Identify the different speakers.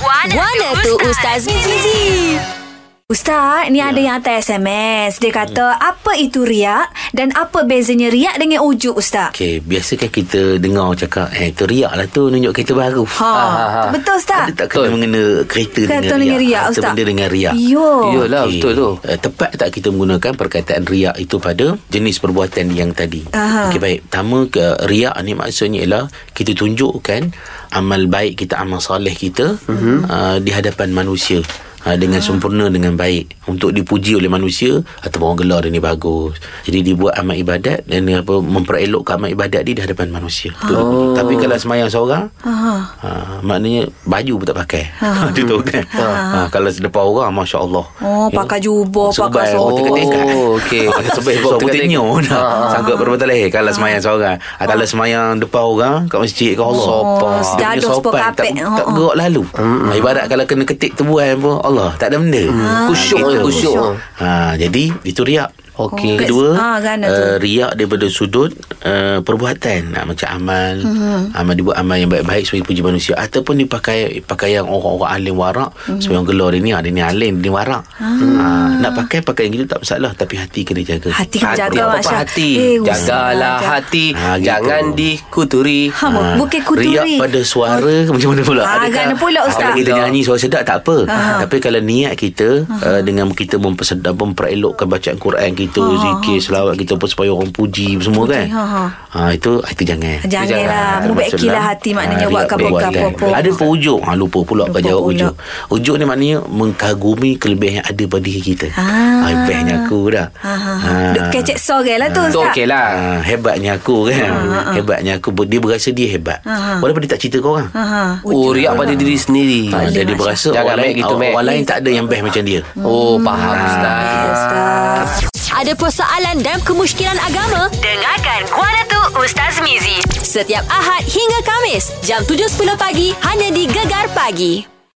Speaker 1: Wana, Wana tu Ustaz Mizi.
Speaker 2: Ustaz, ni ada yang hantar SMS. Dia kata, apa itu riak dan apa bezanya riak dengan ujuk, Ustaz?
Speaker 3: Okey, biasa kan kita dengar cakap eh teriak lah tu nunjuk kereta baru.
Speaker 2: Ha, betul, Ustaz?
Speaker 3: Ada tak kena mengena kereta
Speaker 2: Kereta
Speaker 3: dengan,
Speaker 2: dengan riak,
Speaker 3: Harta
Speaker 2: Ustaz?
Speaker 3: benda dengan riak.
Speaker 2: Yo.
Speaker 3: Okey.
Speaker 4: Yalah, betul tu.
Speaker 3: Eh, tepat tak kita menggunakan perkataan riak itu pada jenis perbuatan yang tadi.
Speaker 2: Aha.
Speaker 3: Okey baik. Pertama ke riak ni maksudnya ialah kita tunjukkan amal baik kita, amal soleh kita
Speaker 2: Mhm.
Speaker 3: uh-huh. uh, di hadapan manusia. Ha,
Speaker 2: Ah.
Speaker 3: dengan sempurna dengan baik untuk dipuji oleh manusia atau orang gelar dia ni bagus jadi dia buat amal ibadat dan dia apa memperelokkan amal ibadat dia di hadapan manusia
Speaker 2: Ah.
Speaker 3: oh. tapi kalau semayang seorang
Speaker 2: Aha.
Speaker 3: Ha, maknanya baju pun tak pakai. Ha, dia tahu kan. Ha. kalau selepas orang masya-Allah.
Speaker 2: Ah. Oh, pakai jubah, pakai
Speaker 3: sorok.
Speaker 2: sorok.
Speaker 3: Tengah-tengah.
Speaker 4: Oh, okey.
Speaker 3: Pakai sebab sebab putih
Speaker 4: Tengah-tengah.
Speaker 3: tenyo.
Speaker 2: Ah,
Speaker 3: Sanggup berbatal leher kalau semayang seorang. Ha, kalau semayang depan orang kat masjid ke Allah.
Speaker 2: Sopan.
Speaker 3: Dia punya
Speaker 2: sejadah sepuluh
Speaker 3: sopan, tak,
Speaker 2: kapek.
Speaker 3: tak
Speaker 2: Oh, oh.
Speaker 3: gerak lalu. Ha, ibarat kalau kena ketik tebuan pun Allah tak ada benda.
Speaker 2: Mm.
Speaker 3: Ha,
Speaker 4: Kusyuk,
Speaker 3: gitu.
Speaker 4: kusyuk.
Speaker 3: Ha, jadi itu riak.
Speaker 4: Okey.
Speaker 2: Ah, Okey.
Speaker 3: Kedua
Speaker 2: Ah, gana tu.
Speaker 3: uh, Riak daripada sudut uh, Perbuatan ah, Macam amal mm-hmm. Amal dibuat amal yang baik-baik Sebagai puji manusia Ataupun dipakai Pakaian orang-orang alim warak mm-hmm. Sebab orang gelar dia ni ah, Dia ni alim Dia ni warak ah. Nak pakai pakaian gitu tak bersalah Tapi hati kena jaga
Speaker 2: Hati kena
Speaker 4: Hati,
Speaker 2: jaga,
Speaker 4: apa-apa
Speaker 2: Masya.
Speaker 4: hati.
Speaker 2: Eh, Ustaz.
Speaker 4: Jagalah
Speaker 2: Jaga.
Speaker 4: hati.
Speaker 3: Ah, gitu.
Speaker 4: Jangan dikuturi.
Speaker 2: Ha, bu- bukan kuturi.
Speaker 3: Ah, Riak pada suara oh. Macam mana pula
Speaker 2: Ah,
Speaker 3: Adakah-
Speaker 2: gana pula, Ustaz. Ah.
Speaker 3: Kalau kita nyanyi suara sedap tak apa Ah, Tapi kalau niat kita uh, Dengan kita mempersedap Memperelokkan bacaan Quran kita Zikir, selawat kita apa Supaya orang puji Semua kan
Speaker 2: Ah. ha, lah. ha.
Speaker 3: Ah, Itu itu jangan
Speaker 2: Janganlah.
Speaker 3: Jangan.
Speaker 2: Mubekilah hati maknanya
Speaker 3: Ah,
Speaker 2: buat
Speaker 3: riak
Speaker 2: kapok-kapok
Speaker 3: perbuatan. Ada perujuk ha, Lupa pula
Speaker 2: Lupa
Speaker 3: kau jawab
Speaker 2: pula.
Speaker 3: ujuk Ujuk ni maknanya Mengkagumi kelebihan yang ada pada diri kita
Speaker 2: Ah.
Speaker 3: ha, Bestnya aku dah
Speaker 2: Ha, ha.
Speaker 3: Hmm.
Speaker 2: Duk Kecek sorel lah tu,
Speaker 4: Tu
Speaker 2: Ustaz.
Speaker 4: okey lah.
Speaker 3: Ah, hebatnya aku kan. Hebatnya aku dia berasa dia hebat.
Speaker 2: Ah, ah.
Speaker 3: Walaupun dia tak cerita ke orang.
Speaker 2: Aha.
Speaker 4: Oh, riak pada
Speaker 2: lah.
Speaker 4: diri sendiri.
Speaker 3: Ha, jadi
Speaker 2: Mak
Speaker 3: berasa
Speaker 4: Jangan
Speaker 3: orang
Speaker 4: Mek,
Speaker 3: lain,
Speaker 4: gitu,
Speaker 3: orang,
Speaker 4: Mek.
Speaker 3: orang lain tak ada yang best macam dia.
Speaker 2: Hmm.
Speaker 4: Oh, faham Ustaz.
Speaker 2: Ustaz.
Speaker 1: Ada persoalan dan kemusykilan agama? Dengarkan Wana tu Ustaz Mizi. Setiap Ahad hingga Kamis jam 7.10 pagi hanya di Gegar Pagi.